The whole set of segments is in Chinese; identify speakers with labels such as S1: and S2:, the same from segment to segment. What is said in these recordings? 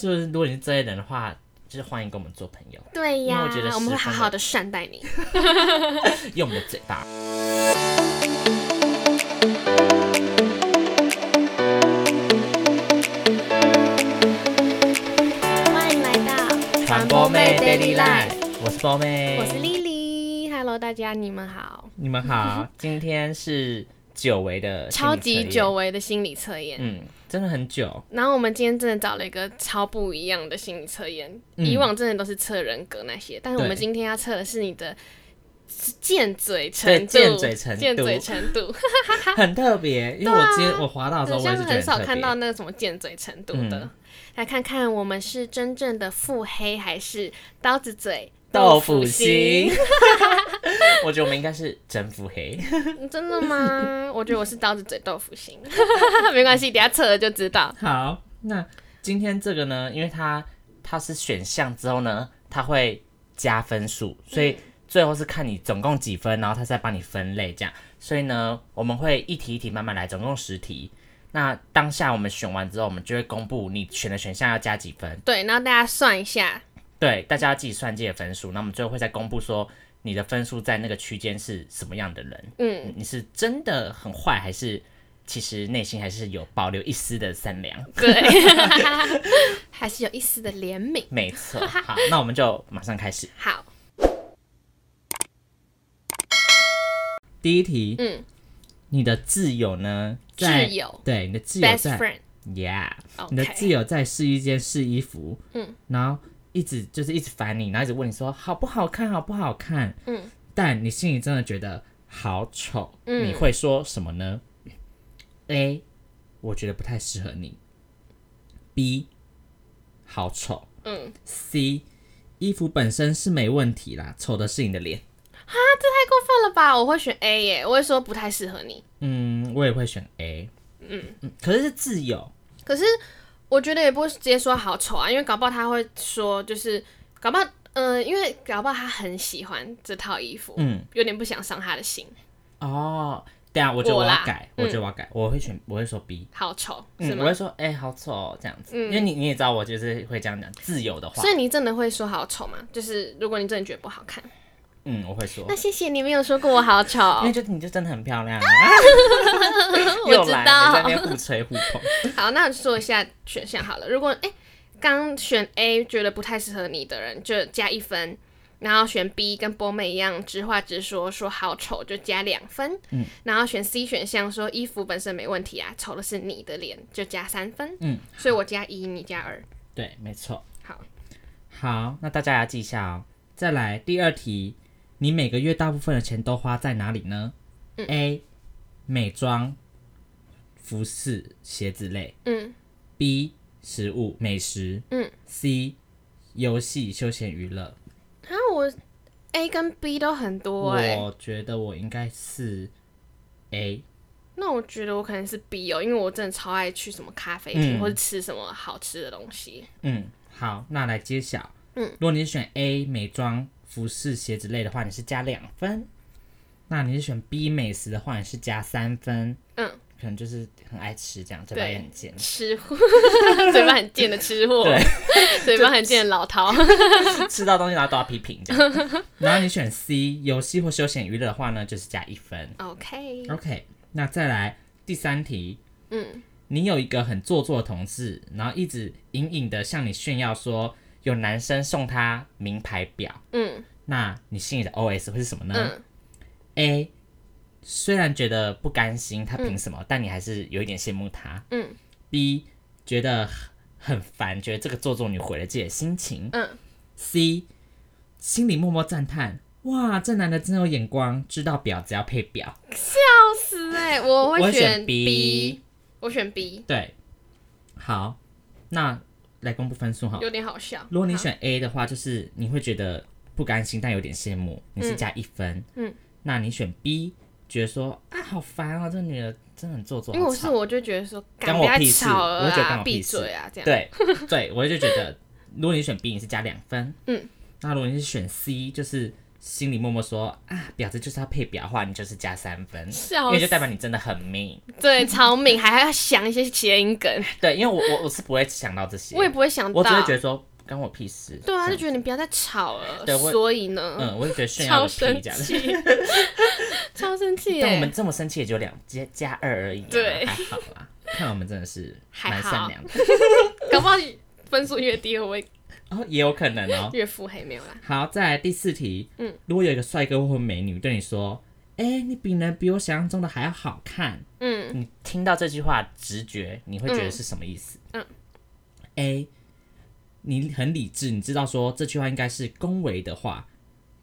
S1: 就是如果你是这类人的话，就是欢迎跟我们做朋 友，
S2: 对呀
S1: 因为我觉得，
S2: 我们会
S1: 十
S2: 好
S1: 分
S2: 好
S1: 的
S2: 的善待你。
S1: 用我们的嘴巴。
S2: 欢迎来到
S1: 传播妹 Daily Life，我是波妹，
S2: 我是丽丽，Hello 大家，你们好。
S1: 你们好，今天是久违的心理
S2: 超级
S1: 测验
S2: 久，违的心理测验，
S1: 嗯，真的很久，
S2: 然后我们今天真的找了一个超不一样的心理测验，
S1: 嗯
S2: 以往真的都是测人格那些，但是我们
S1: 对
S2: 今天要测的是你的见嘴程
S1: 对
S2: 度，
S1: 见嘴程度
S2: 见嘴 程度，
S1: 很特别。因为我今天我滑到的时候，我
S2: 啊像
S1: 也
S2: 是
S1: 是觉得
S2: 很少
S1: 特
S2: 看
S1: 别
S2: 到那个什么见嘴程度的。
S1: 嗯
S2: 来看看我们是真正的腹黑还是刀子嘴
S1: 豆腐心
S2: 心？，
S1: 我觉得我们应该是真腹黑。
S2: 真的 吗？我觉得我是刀子嘴豆腐心， 没关系，等一下测了就知道。
S1: 好，那今天这个呢，因为它它是选项之后呢，它会加分数，所以最后是看你总共几分，然后它再帮你分类这样。所以呢，我们会一题一题慢慢来，总共十题。那当下我们选完之后，我们就会公布你选的选项要加几分，
S2: 对，然后大家算一下，
S1: 对，大家要自己算自己的分数。那我们最后会再公布说你的分数在那个区间是什么样的人，
S2: 嗯，
S1: 你是真的很坏，还是其实内心还是有保留一丝的善良？
S2: 对，还是有一丝的怜悯。
S1: 没 错，好，那我们就马上开始。
S2: 好，
S1: 第一题，
S2: 嗯，
S1: 你的挚友呢？在
S2: 挚友
S1: 对，你的挚友
S2: ，best
S1: 在
S2: friend，
S1: ，yeah，
S2: OK
S1: 你的挚友在试衣间试衣服，
S2: 嗯，
S1: 然后一直就是一直烦你，然后一直问你说好不好看，好不好看，
S2: 嗯，
S1: 但你心里真的觉得好丑，
S2: 嗯
S1: 你会说什么呢？A，我觉得不太适合你。B，好丑。
S2: 嗯，
S1: C，衣服本身是没问题啦，丑的是你的脸。
S2: 太过分了吧？我会选 A 耶，我会说不太适合你。
S1: 嗯，我也会选 A。嗯，可是是自由，
S2: 可是我觉得也不会直接说好丑啊，因为搞不好他会说，就是搞不好，嗯、因为搞不好他很喜欢这套衣服，
S1: 嗯，
S2: 有点不想伤他的心，
S1: 哦，对啊，我觉得我
S2: 我
S1: 要
S2: 啦
S1: 改，我
S2: 嗯
S1: 觉得我要改，我会选，我会说 B，
S2: 好丑是
S1: 嗯，我
S2: 吗？嗯
S1: 会说，哎、好丑、哦、这样子，因为你你也知道，我就是会这样讲，自由的话
S2: 所，以你真的会说好丑吗？就是如果你真的觉得不好看，
S1: 嗯，我会说
S2: 那，谢哦谢你没有说过我好 丑，
S1: 因为就你就真的很漂亮啊，
S2: 我
S1: 又
S2: 知
S1: 来
S2: 道
S1: 了，你在那边互吹互捧，
S2: 好，那说一下选项好了。如果哎，刚、选 A 觉得不太适合你的人，就加一分；然后选 B 跟波妹一样直话直说，说好丑就加两分。
S1: 嗯，
S2: 然后选 C 选项说衣服本身没问题啊，丑的是你的脸，就加三分。
S1: 嗯，
S2: 所以我加一，你加二。
S1: 对，没错，
S2: 好，
S1: 好，那大家要记一下哦。再来第二题，你每个月大部分的钱都花在哪里呢、a
S2: 嗯
S1: 美妆、服饰、鞋子类。
S2: 嗯
S1: B 食物美食，
S2: 嗯
S1: ，C 游戏休闲娱乐。
S2: 然后啊我 A 跟 B 都很多哎、
S1: 我觉得我应该是 A，
S2: 那我觉得我可能是 B 哦，因为我真的超爱去什么咖啡厅、
S1: 嗯
S2: 或者吃什么好吃的东西。
S1: 嗯，好，那来揭晓。
S2: 嗯，
S1: 如果你是选 A 美妆、服饰、鞋子类的话，你是加两分；那你是选 B 美食的话，你是加三分。
S2: 嗯，
S1: 可能就是很爱吃这样，嘴巴也很尖。
S2: 吃货， 嘴巴很贱的吃货， 嘴巴很贱的老饕。
S1: 吃到东西然后都要批评这样。然后你选 C 游戏或休闲娱乐的话呢，就是加一分。
S2: OK，
S1: OK，那再来第三题，
S2: 嗯，
S1: 你有一个很做作的同事，然后一直隐隐的向你炫耀说有男生送他名牌表，
S2: 嗯
S1: 那你心里的 OS 会是什么呢、
S2: 嗯，
S1: a 虽然觉得不甘心，他凭什么、但你还是有一点羡慕他。
S2: 嗯。
S1: B 觉得很很烦，觉得这个做作女毁了自己的心情。
S2: 嗯。
S1: C 心里默默赞叹：哇，这男的真有眼光，知道表只要配表。
S2: 笑死哎、我
S1: 我
S2: 会
S1: 选
S2: B，我选 B，
S1: 对，好，那来公布分数哈。
S2: 有点好笑。
S1: 如果你
S2: 好
S1: 选 A 的话，就是你会觉得不甘心，但有点羡慕，你是加一分。
S2: 嗯，
S1: 那你选 B，觉得说啊好烦啊，这女的真的很做作，
S2: 因为我
S1: 好吵
S2: 是我就觉得说，
S1: 干
S2: 干
S1: 我
S2: 不要
S1: 屁事
S2: 吵了
S1: 我就觉得干
S2: 啊，
S1: 我屁
S2: 闭
S1: 事
S2: 嘴啊，这样。
S1: 对对，我就觉得，如果你选 B，你是加两分。
S2: 嗯，
S1: 那如果你是选 C，就是心里默默说啊，婊子就是要配表话，你就是加三分，因
S2: 笑
S1: 为就代表
S2: 死，
S1: 你真的很命。
S2: 对，超敏还要想一些谐音梗，
S1: 对，因为我我我是不会想到这些，
S2: 我也不会想到，
S1: 我只会觉得说关我屁事。
S2: 对啊，
S1: 这样
S2: 就觉得你不要再吵了
S1: 对，我
S2: 所以呢，
S1: 嗯，我就觉得炫耀
S2: 超
S1: 个屁
S2: 生
S1: 这样。
S2: 气， 超生气
S1: 但我们
S2: 耶，
S1: 这么生气也就两加加二而已、啊，
S2: 对
S1: 还好啦。看我们真的是
S2: 还
S1: 蛮
S2: 好
S1: 善良的，
S2: 欸搞不好分数越低，我会
S1: 哦，也有可能 哦。
S2: 越腹黑，没有啦，
S1: 好，再来第四题。
S2: 嗯，
S1: 如果有一个帅哥或美女对你说：“哎、你比人比我想象中的还要好看。”
S2: 嗯，
S1: 你听到这句话，直觉你会觉得是什么意思？
S2: 嗯
S1: a 你很理智，你知道说这句话应该是恭维的话，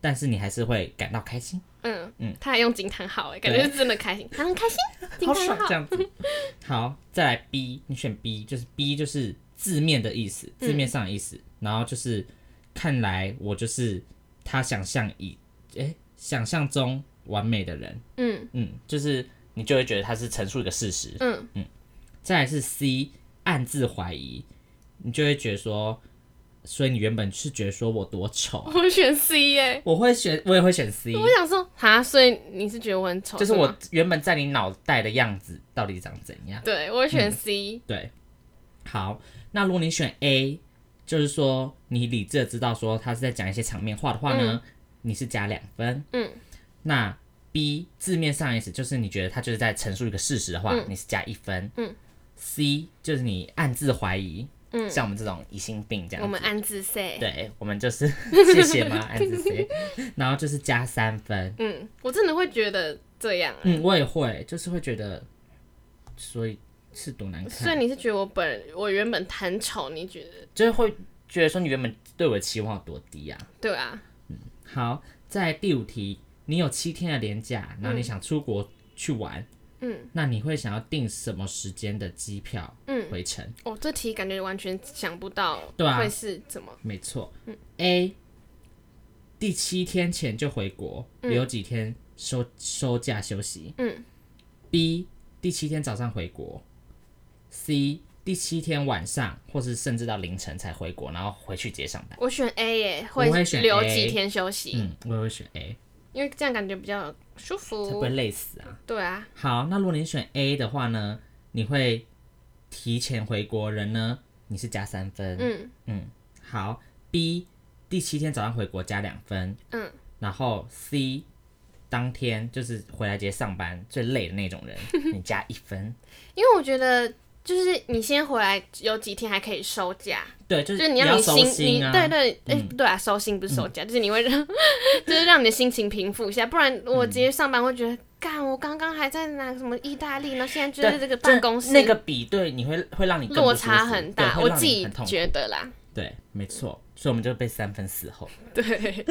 S1: 但是你还是会感到开心，
S2: 嗯
S1: 嗯，
S2: 他还用惊叹号哎，感
S1: 对
S2: 觉是真的开心，他很开心，惊
S1: 好爽
S2: 叹号
S1: 这，样子。好，再来 B，你选 B，就是 B 就是字面的意思，
S2: 嗯
S1: 字面上的意思，然后就是看来我就是他想象以诶、想象中完美的人，
S2: 嗯
S1: 嗯，就是你就会觉得他是陈述一个事实，
S2: 嗯，
S1: 再来是 C，暗自怀疑，你就会觉得说，所以你原本是觉得说我多丑啊、
S2: 我选 C 耶，
S1: 我会选，我也会选 C，
S2: 我想说哈，所以你是觉得我很丑，
S1: 就是我
S2: 吗，
S1: 原本在你脑袋的样子到底长怎样？
S2: 对我选
S1: 嗯
S2: C，
S1: 对，好，那如果你选 A，就是说你理智的知道说他是在讲一些场面话的话呢，你是加两分。
S2: 嗯，
S1: 那 B 字面上的意思就是你觉得他就是在陈述一个事实的话，你是加一分。
S2: 嗯
S1: ，C 就是你暗自怀疑。
S2: 嗯
S1: 像我们这种疑心病这样子，
S2: 我们暗自 say，
S1: 对，我们就是 谢谢吗？暗自 say，然后就是加三分。
S2: 嗯，我真的会觉得这样欸，
S1: 嗯，我也会，就是会觉得，所以是多难
S2: 所以
S1: 看，
S2: 你是觉得我本我原本很丑，你觉得
S1: 就是会觉得说你原本对我的期望有多低啊。
S2: 对啊？
S1: 好，在第五题，你有七天的连假，然后你想出国去玩，
S2: 嗯，
S1: 那你会想要订什么时间的机票？
S2: 嗯，
S1: 回程，
S2: 我、这题感觉完全想不到，
S1: 对啊
S2: 会是怎么？
S1: 没错。A，第七天前就回国，留几天收收假休息。
S2: 嗯。
S1: B，第七天早上回国。C，第七天晚上，或是甚至到凌晨才回国，然后回去直接上班。
S2: 我选 A 耶，
S1: 我会选
S2: 留
S1: A
S2: 几天休息，
S1: 嗯，我也会选 A，
S2: 因为这样感觉比较舒
S1: 才不会
S2: 服。
S1: 累死啊。
S2: 对啊，
S1: 好，那如果你选 A 的话呢，你会提前回国人呢，你是加三分。
S2: 嗯
S1: 好，B 第七天早上回国加两分，
S2: 嗯，
S1: 然后 C 当天就是回来直接上班最累的那种 人，你加一分。
S2: 因为我觉得就是你先回来有几天还可以收假，
S1: 对，就
S2: 就是是你
S1: 要
S2: 让你
S1: 收
S2: 心，
S1: 心啊。嗯
S2: 你对对，哎、对啊，收心不是收假，就是你会让， 就是让你的心情平复一下，不然我直接上班会觉得，干、我刚刚还在那什么意大利，然后现在就
S1: 对
S2: 是这个
S1: 真
S2: 办公室
S1: 那个比对，你会会让你更不
S2: 落
S1: 舒
S2: 差
S1: 服
S2: 很
S1: 对
S2: 大，
S1: 会
S2: 我
S1: 让
S2: 自
S1: 你
S2: 己
S1: 很痛苦
S2: 觉得啦，
S1: 对，没错，所以我们就被三分伺候。
S2: 对，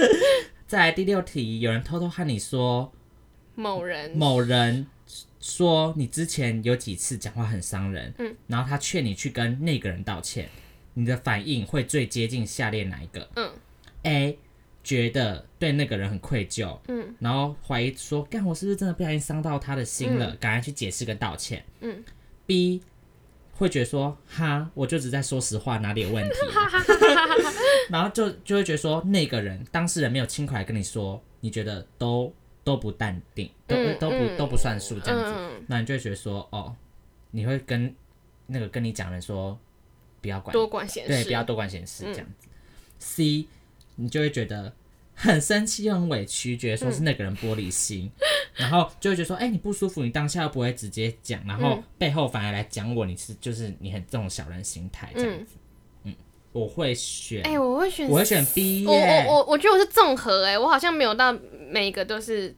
S1: 再来第六题，有人偷偷和你说
S2: 某人，
S1: 某人说你之前有几次讲话很伤人，嗯，然后他劝你去跟那个人道歉，你的反应会最接近下列哪一个？
S2: 嗯
S1: ，A 觉得对那个人很愧疚，嗯，然后怀疑说，干我是不是真的不小心伤到他的心了，赶快去解释跟道歉，
S2: 嗯
S1: ，B 会觉得说，哈，我就只在说实话，哪里有问题？然后就就会觉得说，那个人当事人没有亲口来跟你说，你觉得都都不淡定，都、
S2: 嗯
S1: 都不、
S2: 嗯
S1: 都不算数这样子，
S2: 嗯，
S1: 那你就会觉得说，哦，你会跟那个跟你讲的人说，不要管，
S2: 多管闲
S1: 对，
S2: 事，嗯
S1: 不要多管闲事这样子。C，你就会觉得很生气又很委屈，觉得说
S2: 嗯
S1: 是那个人玻璃心，然后就会觉得说，哎、你不舒服，你当下又不会直接讲，然
S2: 嗯
S1: 后背后反而来讲我，你是就是你很这种小人心态这样子。嗯我会选，
S2: 哎、我会选，
S1: 我会选 B
S2: 我我
S1: 耶。
S2: 我我觉得我是综合、哎，我好像没有到每一个都是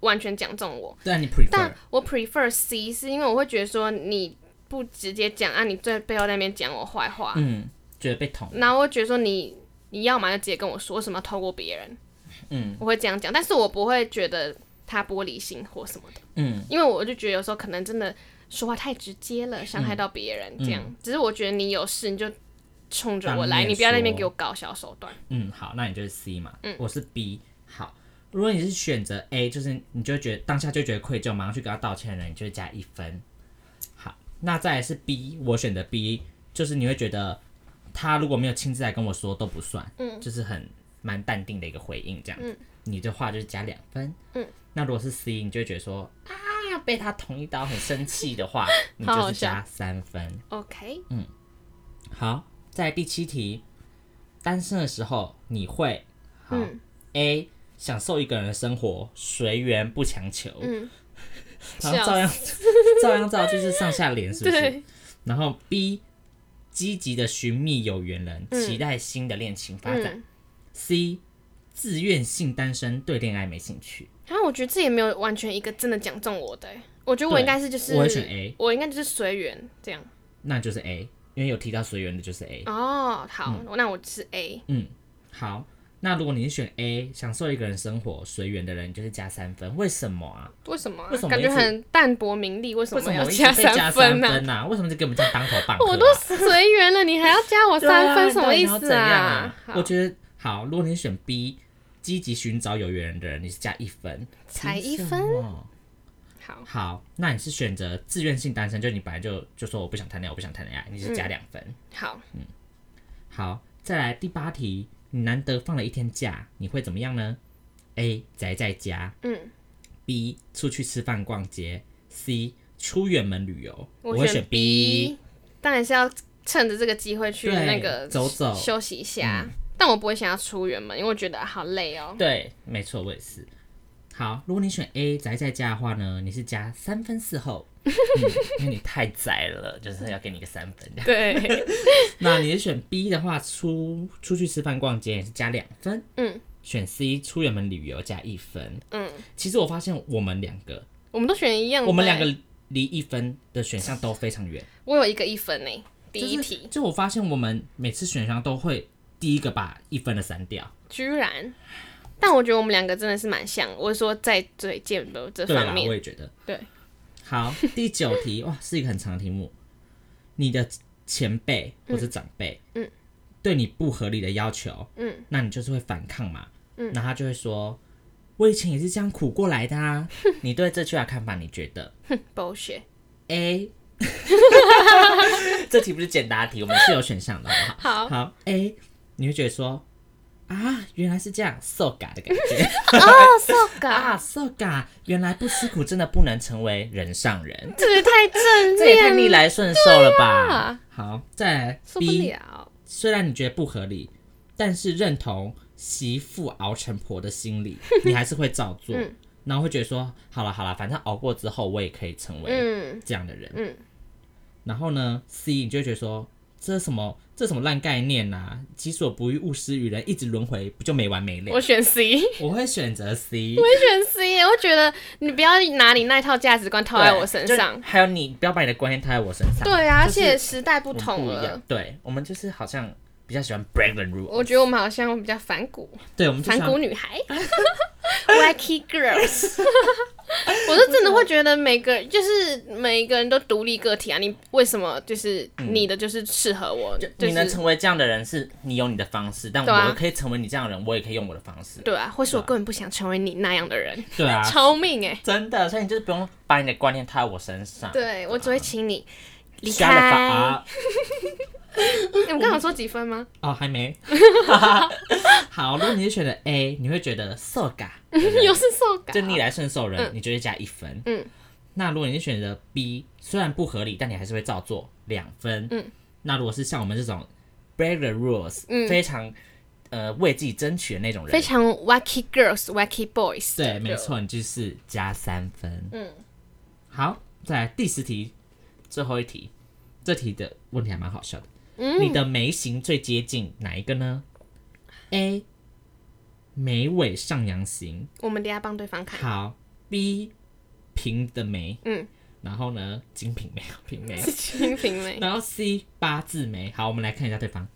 S2: 完全讲中我。
S1: 对啊，你 prefer
S2: 但我 prefer C，是因为我会觉得说你不直接讲啊，你在背后在那边讲我坏话，
S1: 嗯，觉得被捅，
S2: 然后我会觉得说你你要嘛就直接跟我说，为什么要透过别人？
S1: 嗯
S2: 我会这样讲，但是我不会觉得他玻璃心或什么的，
S1: 嗯
S2: 因为我就觉得有时候可能真的说话太直接了，伤
S1: 嗯
S2: 害到别人这样。只是我觉得你有事你就冲着我
S1: 当
S2: 来，
S1: 面
S2: 你不要在那边
S1: 说
S2: 给我搞小手段。
S1: 嗯，好，那你就是 C 嘛，
S2: 嗯
S1: 我是 B。好，如果你是选择 A，就是你就会觉得当下就觉得愧疚，马上去跟他道歉的人，你就会加一分。好，那再来是 B，我选的 B，就是你会觉得他如果没有亲自来跟我说都不算，嗯，就是很蛮淡定的一个回应，这样子。
S2: 嗯
S1: 你的话就是加两分。
S2: 嗯，
S1: 那如果是 C，你就会觉得说啊，被他捅一刀很生气的 话，你
S2: 好
S1: 就
S2: 好
S1: 是
S2: 笑
S1: 加三分。
S2: OK，
S1: 嗯好，在第七题，单身的时候你会好、
S2: 嗯
S1: A 享受一个人的生活，随缘不强求，
S2: 嗯，
S1: 然后照样照样照就是上下联，是不是？
S2: 对，
S1: 然后 B 积极的寻觅有缘人，期待新的恋情发展。
S2: 嗯，
S1: C 自愿性单身，对恋爱没兴趣。
S2: 然后我觉得这也没有完全一个真的讲中我的欸，我觉得我应该是就是
S1: 我会选 A
S2: 我应该就是随缘这样。
S1: 那就是 A，因为有提到随缘的就是 A。
S2: 哦，好，那我是 A，
S1: 嗯，好。那如果你是选 A，享受一个人生活随缘的人，就是加三分。为什么啊？
S2: 为什么啊
S1: 为什么
S2: 感觉
S1: 一直
S2: 很淡泊名利？为什
S1: 为
S2: 么
S1: 什
S2: 要
S1: 么一直被
S2: 三
S1: 加三
S2: 呢、
S1: 分啊？为什么就给我们这样当头棒喝啊、
S2: 我都随缘了，你还要加 我
S1: 对啊
S2: 三分，什么意
S1: 你到底
S2: 思
S1: 想要怎样啊？
S2: 好
S1: 我觉得好。如果你是选 B，积极寻找有缘人的人，你是加一哦分，
S2: 才一
S1: 凭
S2: 分
S1: 什么
S2: 好，
S1: 好，那你是选择自愿性单身，就你本来就就说我不想谈恋爱，我不想谈恋爱，你
S2: 嗯
S1: 是加两分。
S2: 好，
S1: 好，再来第八题，你难得放了一天假，你会怎么样呢？A 宅在家，
S2: 嗯
S1: ，B 出去吃饭逛街，C 出远门旅游。我会
S2: 选 B，当然是要趁着这个机会去
S1: 对
S2: 那个
S1: 走走嗯
S2: 休息一下。但我不会想要出远门，因为我觉得好累哦。
S1: 对，没错，我也是。好，如果你选 A 宅在家的话呢，你是加三分四后，嗯、 因为你太宅了，就是要给你一个三分。
S2: 对，
S1: 那你是选 B 的话，出出去吃饭逛街也是加两分，
S2: 嗯，
S1: 选 C 出远门旅游加一分。
S2: 嗯，
S1: 其实我发现我们两个
S2: 我们都选一样的欸。
S1: 我们两个离一分的选项都非常远。
S2: 我有一个一分呢、第一
S1: 就是
S2: 题、
S1: 就我发现我们每次选项都会第一个把一分的删掉。
S2: 居然。但我觉得我们两个真的是蛮像，我是说在嘴贱的这
S1: 对啦
S2: 方，
S1: 我
S2: 面，
S1: 也觉得。
S2: 对，
S1: 好，第九题 哇，是一个很长的题目。你的前辈或是长辈，
S2: 嗯，
S1: 对你不合理的要求，
S2: 嗯，
S1: 那你就是会反抗嘛，嗯，然后他就会说，我以前也是这样苦过来的 啊。你对这句话看法，你觉得
S2: bullshit。
S1: A？这题不是简答题，我们是有选项的，好不好？
S2: 好，
S1: 好，A，你会觉得说啊，原来是这样，受嘎的感 觉
S2: 哦，so
S1: 啊，
S2: god，
S1: 受嘎，原来不吃苦真的不能成为人上人，
S2: 这也太正
S1: 这也太
S2: 面
S1: 逆来顺受了吧？
S2: 啊
S1: 好，再来
S2: 受不
S1: B，
S2: 了。
S1: 虽然你觉得不合理，但是认同媳妇熬成婆的心 理，你还是会照做，
S2: 嗯
S1: 然后会觉得说，好了好了，反正熬过之后我也可以成为
S2: 嗯，
S1: 这样的人。
S2: 嗯
S1: 然后呢，C 你就会觉得说，这什么这什么烂概念呐、啊？己所不欲，勿施于人，一直轮回，不就没完没了？
S2: 我选 C，
S1: 我
S2: 我
S1: 会选择 C，
S2: 选 C，我觉得你不要拿你那套价值观套在我身
S1: 对
S2: 上
S1: 就。还有你不要把你的观念套在我身上。
S2: 对啊，而
S1: 就是
S2: 且时代不
S1: 我们
S2: 同
S1: 一
S2: 了
S1: 样。。对，我们就是好像比较喜欢 break the rule。
S2: 我觉得我们好像比较反骨，
S1: 对，我们就
S2: 反
S1: 喜欢
S2: 骨 女孩，Wacky Girls。我是真的会觉得每个就是每一个人都独立个体啊，你为什么就是你的就是适合我，就
S1: 嗯你能
S2: 是
S1: 成为这样的人，是你有你的方式，但
S2: 对啊
S1: 我可以成为你这样的人，我也可以用我的方式。
S2: 对啊，或是我根本不想成为你那样的人，
S1: 对啊，
S2: 超命哎！
S1: 真的，所以你就是不用把你的观念套在我身上。
S2: 对我只会请你离
S1: 啊瞎了吧
S2: 开。
S1: 啊！
S2: 你们刚刚有说几分吗？
S1: 哦，还 没。 好，如果你是选的 A，你会觉得 so ga，
S2: 有是受感啊
S1: 就逆来顺受人，你就会加一分。
S2: 嗯，
S1: 那如果你是选择 B，虽然不合理，但你还是会照做，两分。
S2: 嗯，
S1: 那如果是像我们这种 break the rules，、非常呃为自己争取的那种人
S2: 非，常 wacky girls, wacky boys。
S1: 对，没。错，你就是加三分。
S2: 嗯，
S1: 好，再来第十题，最后一题，这题的问题还蛮好笑的。
S2: 嗯
S1: 你的眉形最接近哪一个呢？A，眉尾上扬型。
S2: 我们等一下帮对方看。
S1: 好，B，平的眉。
S2: 嗯，
S1: 然后呢，金瓶 梅、平眉。
S2: 是清 平眉，
S1: 然后 C 八字眉。好，我们来看一下对方。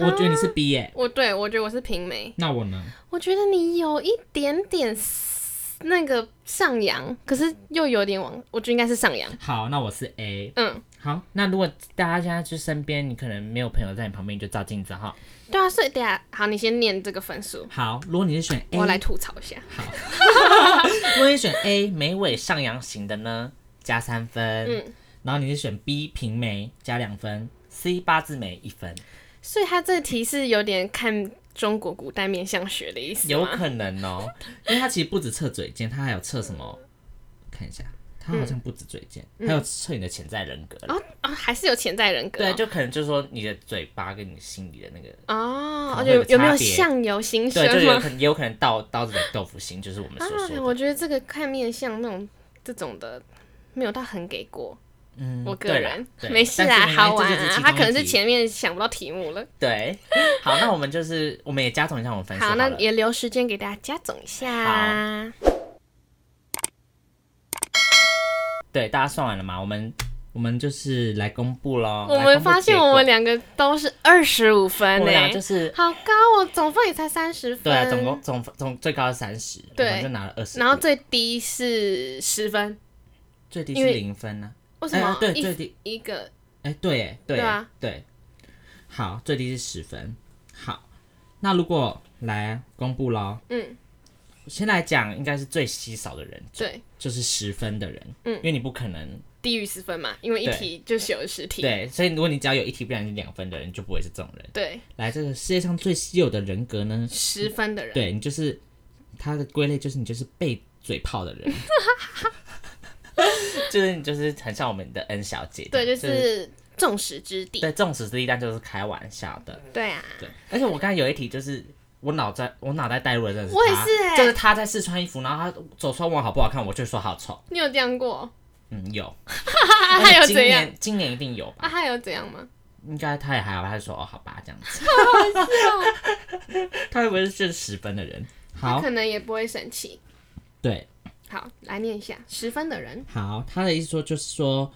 S1: 我觉得你是 B 耶、
S2: 我对我觉得我是平眉，
S1: 那我呢？
S2: 我觉得你有一点点那个上扬，可是又有点往，我觉得应该是上扬。
S1: 好，那我是 A。
S2: 嗯，
S1: 好，那如果大家现在去身边，你可能没有朋友在你旁边，你就照镜子哈。
S2: 对啊，所以等一下好，你先念这个分数，
S1: 好，如果你是选 A，
S2: 我来吐槽一下。
S1: 如果你选 A 眉尾上扬型的呢，加三分。
S2: 嗯，
S1: 然后你是选 B 平眉，加两分。C 八字眉一分，
S2: 所以他这题是有点看中国古代面相学的意思
S1: 有
S2: 吗？
S1: 可能 哦，因为它其实不止测嘴尖，它还有测什么？看一下，它好像不止嘴尖，
S2: 嗯
S1: 还有测你的潜在人格。
S2: 哦哦，还是有潜在人格、
S1: 对，
S2: 哦。
S1: 就可能就是说你的嘴巴跟你心里的那个，
S2: 哦
S1: 可，能会
S2: 有
S1: 有
S2: 有没有
S1: 差别
S2: 相由心生
S1: 对，就有
S2: 吗？啊
S1: 可能也有可能刀刀子里豆腐心，就是我们所 说的。
S2: 我觉得这个看面相那种这种的，没有到很给过。
S1: 嗯，
S2: 我个
S1: 对啦
S2: 人
S1: 对
S2: 没事
S1: 但
S2: 啦，
S1: 是没关系
S2: 好玩
S1: 这就
S2: 啊
S1: 其。中
S2: 他可能是
S1: 一题
S2: 前面想不到题目了。
S1: 对。好，那我们就是我们也加总一下我们分数
S2: 好，那
S1: 了
S2: 也留时间给大家总一下。
S1: 好对，大家算完了吗？我们我们就是来公布喽。
S2: 我
S1: 来
S2: 们
S1: 公布
S2: 发
S1: 结
S2: 现
S1: 果
S2: 我们两个都是二十五分
S1: 我们俩
S2: 呢，
S1: 就是
S2: 好高哦，总分也才三十分。
S1: 对啊，总共总总最高是三十，
S2: 对
S1: 我们就拿了二十，
S2: 然后最低是十分，
S1: 最低
S2: 因
S1: 是
S2: 为
S1: 零分呢。
S2: 为什么
S1: 哎？对
S2: 一
S1: 最低
S2: 一个
S1: 哎，对耶，对
S2: 对
S1: 耶
S2: 啊
S1: 对，好，最低是十分。好，那如果来公布喽，
S2: 嗯，
S1: 先来讲应该是最稀少的人，
S2: 对
S1: 就是十分的人，
S2: 嗯
S1: 因为你不可能
S2: 低于十分嘛，因为一
S1: 对
S2: 题就是有十题。
S1: 对，所以如果你只要有一题不小心两分的人，你就不会是这种人。
S2: 对，
S1: 来，这个世界上最稀有的人格呢，
S2: 十分的人。
S1: 对你就是他的归类就是你就是被嘴炮的人， 就是你就是很像我们的 N 小姐这
S2: 对，
S1: 样，
S2: 就
S1: 就是
S2: 众矢之的。
S1: 对众矢之的，但就是开玩笑的，
S2: 对啊，
S1: 对。而且我刚才有一题就是。我脑袋我脑袋带入的真的是
S2: 我也
S1: 他
S2: 是欸
S1: 就是他在试穿衣服，然后他走出来问我好不好看，我就说好丑。
S2: 你有这样过？
S1: 嗯， 有。
S2: 啊，
S1: 而
S2: 还
S1: 且
S2: 有
S1: 今
S2: 怎样？
S1: 年今年一定有吧？
S2: 啊，还有怎样吗？
S1: 应该他也还好吧，他就说哦好吧这样子。 他会不会是十分的人？
S2: 他
S1: 好，
S2: 可能也不会生气。
S1: 对，
S2: 好，来念一下十分的人。
S1: 好，他的意思说就是说，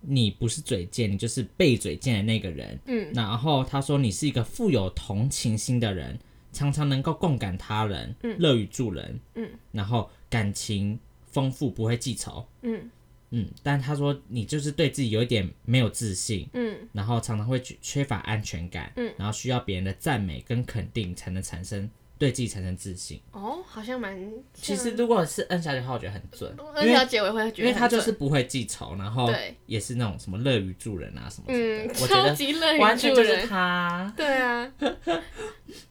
S1: 你不是嘴贱，你就是被嘴贱的那个人。
S2: 嗯，
S1: 然后他说你是一个富有同情心的人，常常能够共感他人，乐于助人。
S2: 嗯，
S1: 然后感情丰富，不会记仇。
S2: 嗯
S1: 嗯，但他说你就是对自己有一点没有自信，
S2: 嗯
S1: 然后常常会缺缺乏安全感。
S2: 嗯，
S1: 然后需要别人的赞美跟肯定才能产生对自己产生自信。
S2: 哦，好像蛮像。
S1: 其实如果是 N 小姐的话，我觉得很准，
S2: 二
S1: 因为
S2: 小啊姐我也会觉
S1: 因
S2: 得很准，
S1: 为她就是不会记仇，然后
S2: 对
S1: 也是那种什么乐于助人啊什么什么
S2: 嗯，
S1: 的，我
S2: 超
S1: 觉
S2: 级乐
S1: 得完
S2: 于
S1: 全
S2: 助
S1: 就是
S2: 人。
S1: 她。
S2: 对啊，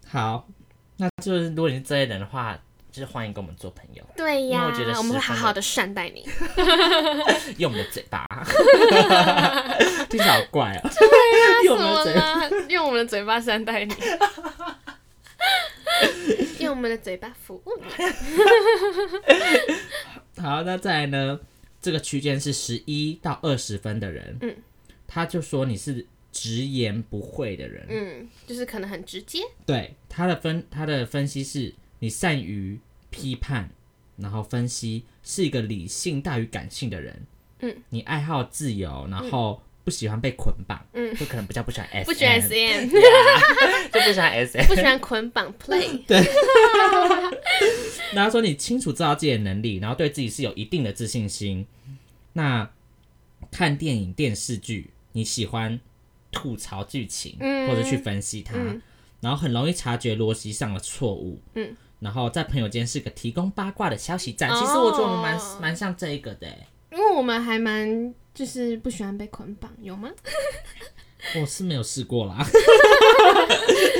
S1: 好，那就是如果你是这类人的话，就是欢迎跟我们做朋友，
S2: 对
S1: 因
S2: 呀
S1: 为我觉得，
S2: 我们
S1: 十
S2: 会好
S1: 分的
S2: 好的善待你。
S1: 用我们的嘴巴， 听起来好怪 哦、
S2: 怎
S1: 用我们的
S2: 么
S1: 嘴巴。
S2: 了？ 用我们的嘴巴善 待你，用我们的嘴巴服务你。
S1: 好，那再来呢？这个区间是十一到二十分的人，
S2: 嗯，
S1: 他就说你是直言不讳的人，
S2: 嗯，就是可能很直接。
S1: 对他的分他的分析是，你善于批判，然后分析是一个理性大于感性的人。
S2: 嗯，
S1: 你爱好自由，然后不喜欢被捆绑。
S2: 嗯，
S1: 就可能比较不喜欢 S，
S2: 不喜欢 S M，
S1: 就不喜欢 S。
S2: 不喜欢捆 绑 play。
S1: 然后说你清楚知道自己的能力，然后对自己是有一定的自信心。那看电影、电视剧，你喜欢吐槽剧情，
S2: 嗯
S1: 或者去分析它，
S2: 嗯
S1: 然后很容易察觉逻辑上的错误。
S2: 嗯，
S1: 然后在朋友间是个提供八卦的消息站。
S2: 哦
S1: 其实我觉得我们蛮蛮像这一个的欸，
S2: 因为我们还蛮就是不喜欢被捆绑，有 吗？
S1: 我是没有试过 啦。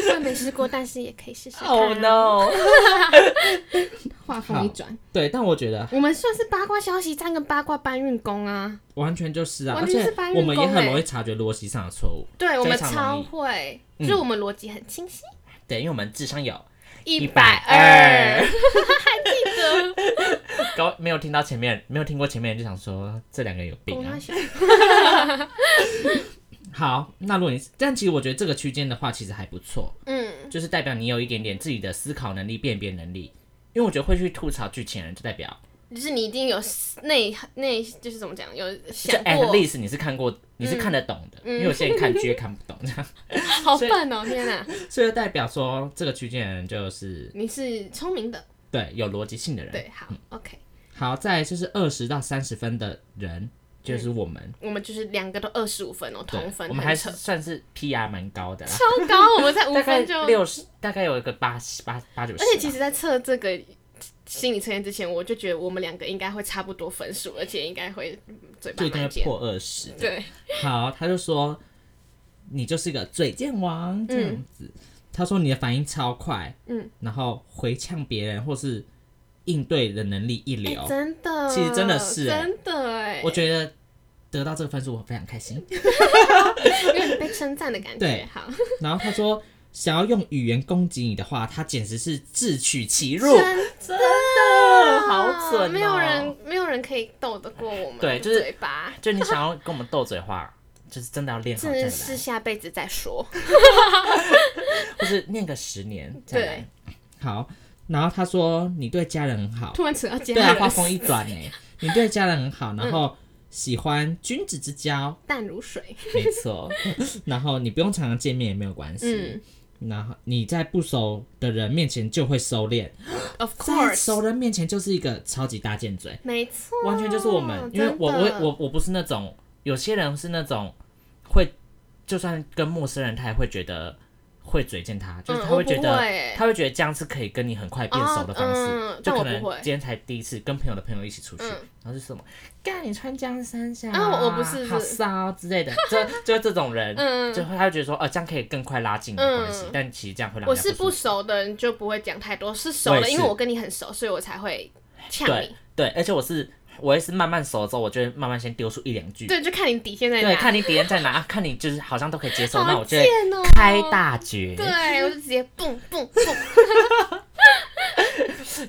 S2: 虽然没试过，但是也可以试试
S1: 哦
S2: 看啊。
S1: no！
S2: 话锋一转，
S1: 对，但我觉得
S2: 我们算是八卦消息站跟八卦搬运工啊。
S1: 完全就是啊，
S2: 完
S1: 而
S2: 全是
S1: 且
S2: 搬运
S1: 我们也
S2: 工
S1: 很
S2: 欸
S1: 容易察觉逻辑上的错误。
S2: 对，我们
S1: 非常
S2: 超
S1: 容易嗯
S2: 会，就是我们逻辑很清晰。
S1: 对，因为我们智商有
S2: 一百二
S1: 120，高没有听到前面，没有听过前面就想说这两个人有病啊。好，那如果你但其实我觉得这个区间的话，其实还不错，
S2: 嗯，
S1: 就是代表你有一点点自己的思考能力、辨别能力。因为我觉得会去吐槽剧情的人，就代表
S2: 就是你一定有内内，就是怎么讲，有
S1: 就
S2: 想
S1: at
S2: 过，嗯
S1: least 你是看过，你是看得懂的，因为有些人看剧也看不懂这样，
S2: 好笨哦，天哪，
S1: 所以就代表说这个区间的人就是
S2: 你是聪明的，
S1: 对有逻辑性的人。
S2: 对，好，OK，
S1: 好，再来就是二十到三十分的人，就是我们，
S2: 我们就是两个都二十五分哦，
S1: 对
S2: 嗯同分，
S1: 我们还
S2: 很
S1: 是
S2: 扯
S1: 算是 PR 蛮高的啦。啊
S2: 超高，我们在五
S1: 大概
S2: 分就，而
S1: 六十，大概有一个八十八八九十吧。
S2: 且其实，在测这个。心理测验之前，我就觉得我们两个应该会差不多分数，而且应该会嗯嘴巴
S1: 就一定
S2: 蛮
S1: 会
S2: 尖。
S1: 破二十。
S2: 对，
S1: 好，他就说你就是个嘴贱王这样子。他说你的反应超快，
S2: 嗯，
S1: 然后回呛别人或是应对的能力一
S2: 哎、
S1: 流，
S2: 真的，
S1: 其实真的是哎
S2: 真的哎、
S1: 我觉得得到这个分数我非常开 心。
S2: 有点被称赞的感觉
S1: 对。
S2: 好，
S1: 然后他说想要用语言攻击你的话，他简直是自取其 辱，
S2: 真
S1: 真的好
S2: 啊
S1: 准、哦，
S2: 没有人没有人可以斗得过我们
S1: 对
S2: 的
S1: 就是
S2: 嘴巴，
S1: 就你想要跟我们斗嘴话，就是真的要练好再
S2: 真
S1: 来，
S2: 是下辈子再说。
S1: 或是念个十年 再来
S2: 对。
S1: 好，然后他说你对家人很好，
S2: 突然扯到家
S1: 对啊，
S2: 人，
S1: 话锋一转哎，你对家人很好，
S2: 嗯
S1: 然后喜欢君子之 交，
S2: 淡如水。
S1: 没错，然后你不用常常见面也没有关系
S2: 嗯。
S1: 然后你在不熟的人面前就会收敛，
S2: Of
S1: 在
S2: course，
S1: 熟人面前就是一个超级大贱嘴，
S2: 没错，
S1: 完全就是我们，因为我
S2: 真
S1: 我
S2: 的
S1: 我我不是那种，有些人是那种会，就算跟陌生人，他也会觉得会嘴贱他，就是
S2: 嗯
S1: 他
S2: 我
S1: 会
S2: 不
S1: 觉得、
S2: 会
S1: 他会觉得这样是可以跟你很快变熟的方式，
S2: 哦嗯
S1: 就
S2: 但
S1: 可
S2: 我
S1: 能
S2: 不会
S1: 今天才第一次跟朋友的朋友一起出去，
S2: 嗯
S1: 然后就什么，干你穿这样三下、
S2: 啊我我不是
S1: 好
S2: 是
S1: 骚啊之类的， 就就这种人，
S2: 嗯
S1: 就会他会觉得说，哦，这样可以更快拉近你的关系，
S2: 嗯
S1: 但其实这样会让
S2: 我
S1: 人家
S2: 是
S1: 不舒
S2: 不
S1: 服
S2: 熟的人就不会讲太多，是熟
S1: 我也
S2: 的，因为
S1: 是
S2: 我跟你很熟，所以我才会呛
S1: 对
S2: 你。
S1: 对，而且我是我也是慢慢熟了之后，我就会慢慢先丢出一两句。
S2: 对，啊就看你底线在哪。
S1: 对，看你底线在哪， 啊看你就是好像都可以接受，那
S2: 好
S1: 我就会
S2: 贱哦！
S1: 开大绝，
S2: 对，我就直接蹦蹦蹦。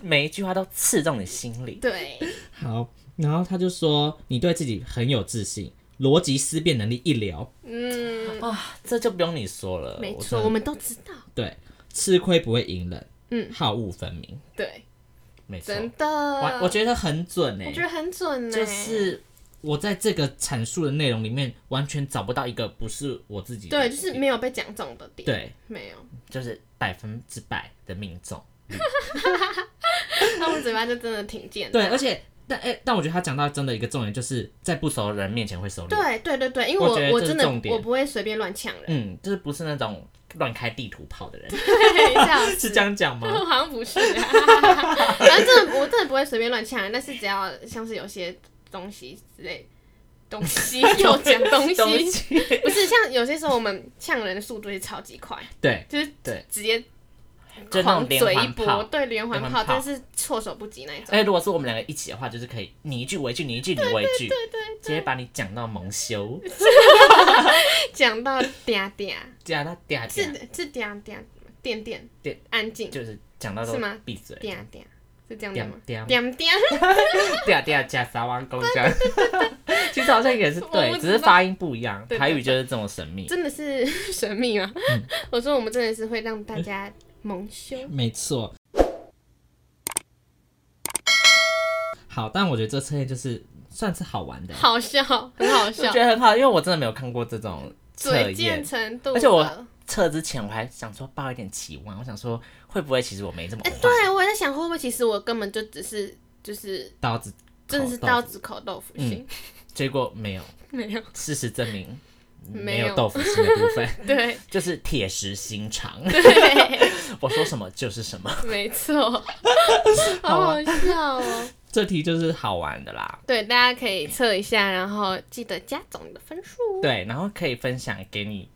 S1: 每一句话都刺中你心里。
S2: 对，
S1: 好，然后他就说你对自己很有自信，逻辑思辨能力一流
S2: 嗯，
S1: 啊，这就不用你说了，
S2: 没
S1: 呃我
S2: 错，
S1: 真
S2: 我
S1: 的
S2: 们都知道。
S1: 对吃亏不会隐忍，
S2: 嗯，
S1: 好恶分明，
S2: 对，
S1: 没错，
S2: 真的。
S1: 我我觉得很准
S2: 我
S1: 诶、
S2: 觉得很准欸呢、
S1: 就是。我在这个阐述的内容里面，完全找不到一个不是我自己的
S2: 对，就是没有被讲中的点。，
S1: 对，
S2: 没有，
S1: 就是百分之百的命中。
S2: 他们嘴巴就真的挺贱的。
S1: 对，而且但哎、但我觉得他讲到真的一个重点，就是在不熟的人面前会收敛。
S2: 对啊对对对，因为
S1: 我
S2: 我
S1: 觉得
S2: 我
S1: 这是
S2: 真的
S1: 重点
S2: 我不会随便乱呛人，
S1: 嗯，就是不是那种乱开地图炮的人，
S2: 对，这样
S1: 是
S2: 子
S1: 这。样讲 吗？
S2: 我好像不是、啊， 反正真的我真的不会随便乱呛人，但是只要像是有些东西之类，东 西又讲东西，
S1: 东 西
S2: 不是像有些时候我们呛人的速度是超级快，
S1: 对，
S2: 就是
S1: 对
S2: 直接
S1: 就那
S2: 狂
S1: 种连
S2: 嘴一
S1: 环
S2: 波，
S1: 炮。
S2: 对连环
S1: 连
S2: 炮，
S1: 环炮
S2: 但是措手不及那一种。
S1: 哎，如果是我们两个一起的话，就是可以你一句我一句，你一句你我一句，对对，直接把你讲到蒙羞，
S2: 讲到嗲嗲，
S1: 讲到嗲
S2: 是
S1: 嗲，
S2: 是嗲嗲，垫垫
S1: 垫
S2: 安静，
S1: 就是讲到都
S2: 是啊吗
S1: 闭嘴，啊
S2: 嗲嗲，是这样
S1: 嗲
S2: 念吗？
S1: 嗲
S2: 嗲嗲，
S1: 嗲嗲加啊撒汪公这样。其实好像也是
S2: 我
S1: 对，
S2: 不
S1: 只
S2: 知
S1: 是
S2: 道
S1: 发音不一样。
S2: 对对
S1: 台语就是这么神秘。
S2: 真的是 神秘吗？
S1: 嗯
S2: 我说我们真的是会让大家蒙羞。
S1: 没错。好，但我觉得这测验就是算是好玩的，
S2: 好笑，很好
S1: 我
S2: 笑
S1: 觉，得很好，因为我真的没有看过这种测
S2: 嘴贱
S1: 验。
S2: 程度的。
S1: 而且我测之前我还想说抱一点期望，我想说会不会其实我没这么
S2: 哎、
S1: 坏，
S2: 对我也在想，会不会其实我根本就只是就是
S1: 刀子
S2: 真的是
S1: 口
S2: 刀，子口豆腐心，
S1: 结果没有。
S2: 没有
S1: 事实证明，
S2: 没
S1: 没
S2: 有
S1: 有豆腐心的部分，
S2: 对
S1: 就是铁石心肠。
S2: 对，
S1: 我说什么就是什么。
S2: 没错，啊
S1: 好
S2: 好
S1: 啊
S2: 好笑哦。
S1: 这题就是好玩的啦，
S2: 对，大家可以测一下，然后记得加总你的分数。
S1: 对，然后可以分享给你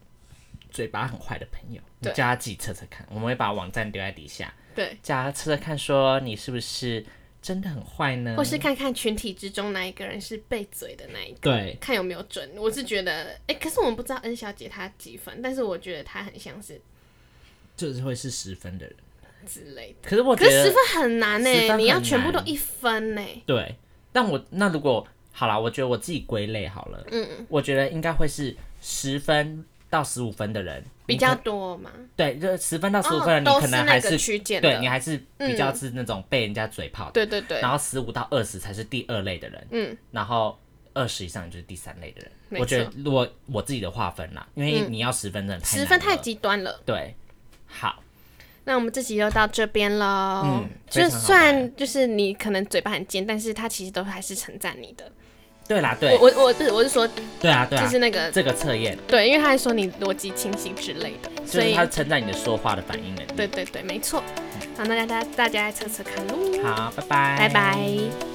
S1: 嘴巴很坏的朋友，你
S2: 对
S1: 叫他自己测测看，我们会把网站留在底下。
S2: 对，
S1: 叫他测测看，说你是不是真的很坏呢？
S2: 或是看看群体之中哪一个人是被嘴的那一个。
S1: 对
S2: 看有没有准，我是觉得，哎、可是我们不知道 N 小姐她几分，但是我觉得她很像是
S1: 就是会是十分的人。
S2: 之类的。
S1: 可是我觉
S2: 可是
S1: 得
S2: 十分很难呢、
S1: 十分很
S2: 你要全部都
S1: 难啊
S2: 一分欸呢、
S1: 对，但我那如果好啦，我觉得我自己归类好了，
S2: 嗯，
S1: 我觉得应该会是十分到十五分的人
S2: 比较多嘛。
S1: 你可对，就十分到十五
S2: 哦，
S1: 分的人，
S2: 都
S1: 你可能
S2: 那
S1: 还
S2: 个
S1: 是
S2: 区间
S1: 对你
S2: 的，
S1: 还是比较是那种被人家嘴炮的，
S2: 对对对
S1: 然，后十五到二十才是第二类的人，
S2: 嗯，
S1: 然后二十以上就是第三类的人。
S2: 没
S1: 我觉得
S2: 错嗯
S1: 如果我自己的划分啦，因为你要十分真的太
S2: 十分
S1: 难
S2: 太
S1: 了
S2: 极端了。
S1: 对，好，
S2: 那我们这集就到这边喽。
S1: 嗯非
S2: 就
S1: 常好
S2: 算就是你可能嘴巴很尖，但是他其实都还是称赞你的。
S1: 对啦，对
S2: 我，我我不是我是说，
S1: 对啊，对
S2: 就
S1: 啊
S2: 是，那个
S1: 这个测验
S2: 对，因为他还说你逻辑清晰之类的，
S1: 就
S2: 所
S1: 是
S2: 以
S1: 他称赞你的说话的反应能力。
S2: 对对对，没错。好，那大家大家来测测看喽。
S1: 好，拜拜，
S2: 拜拜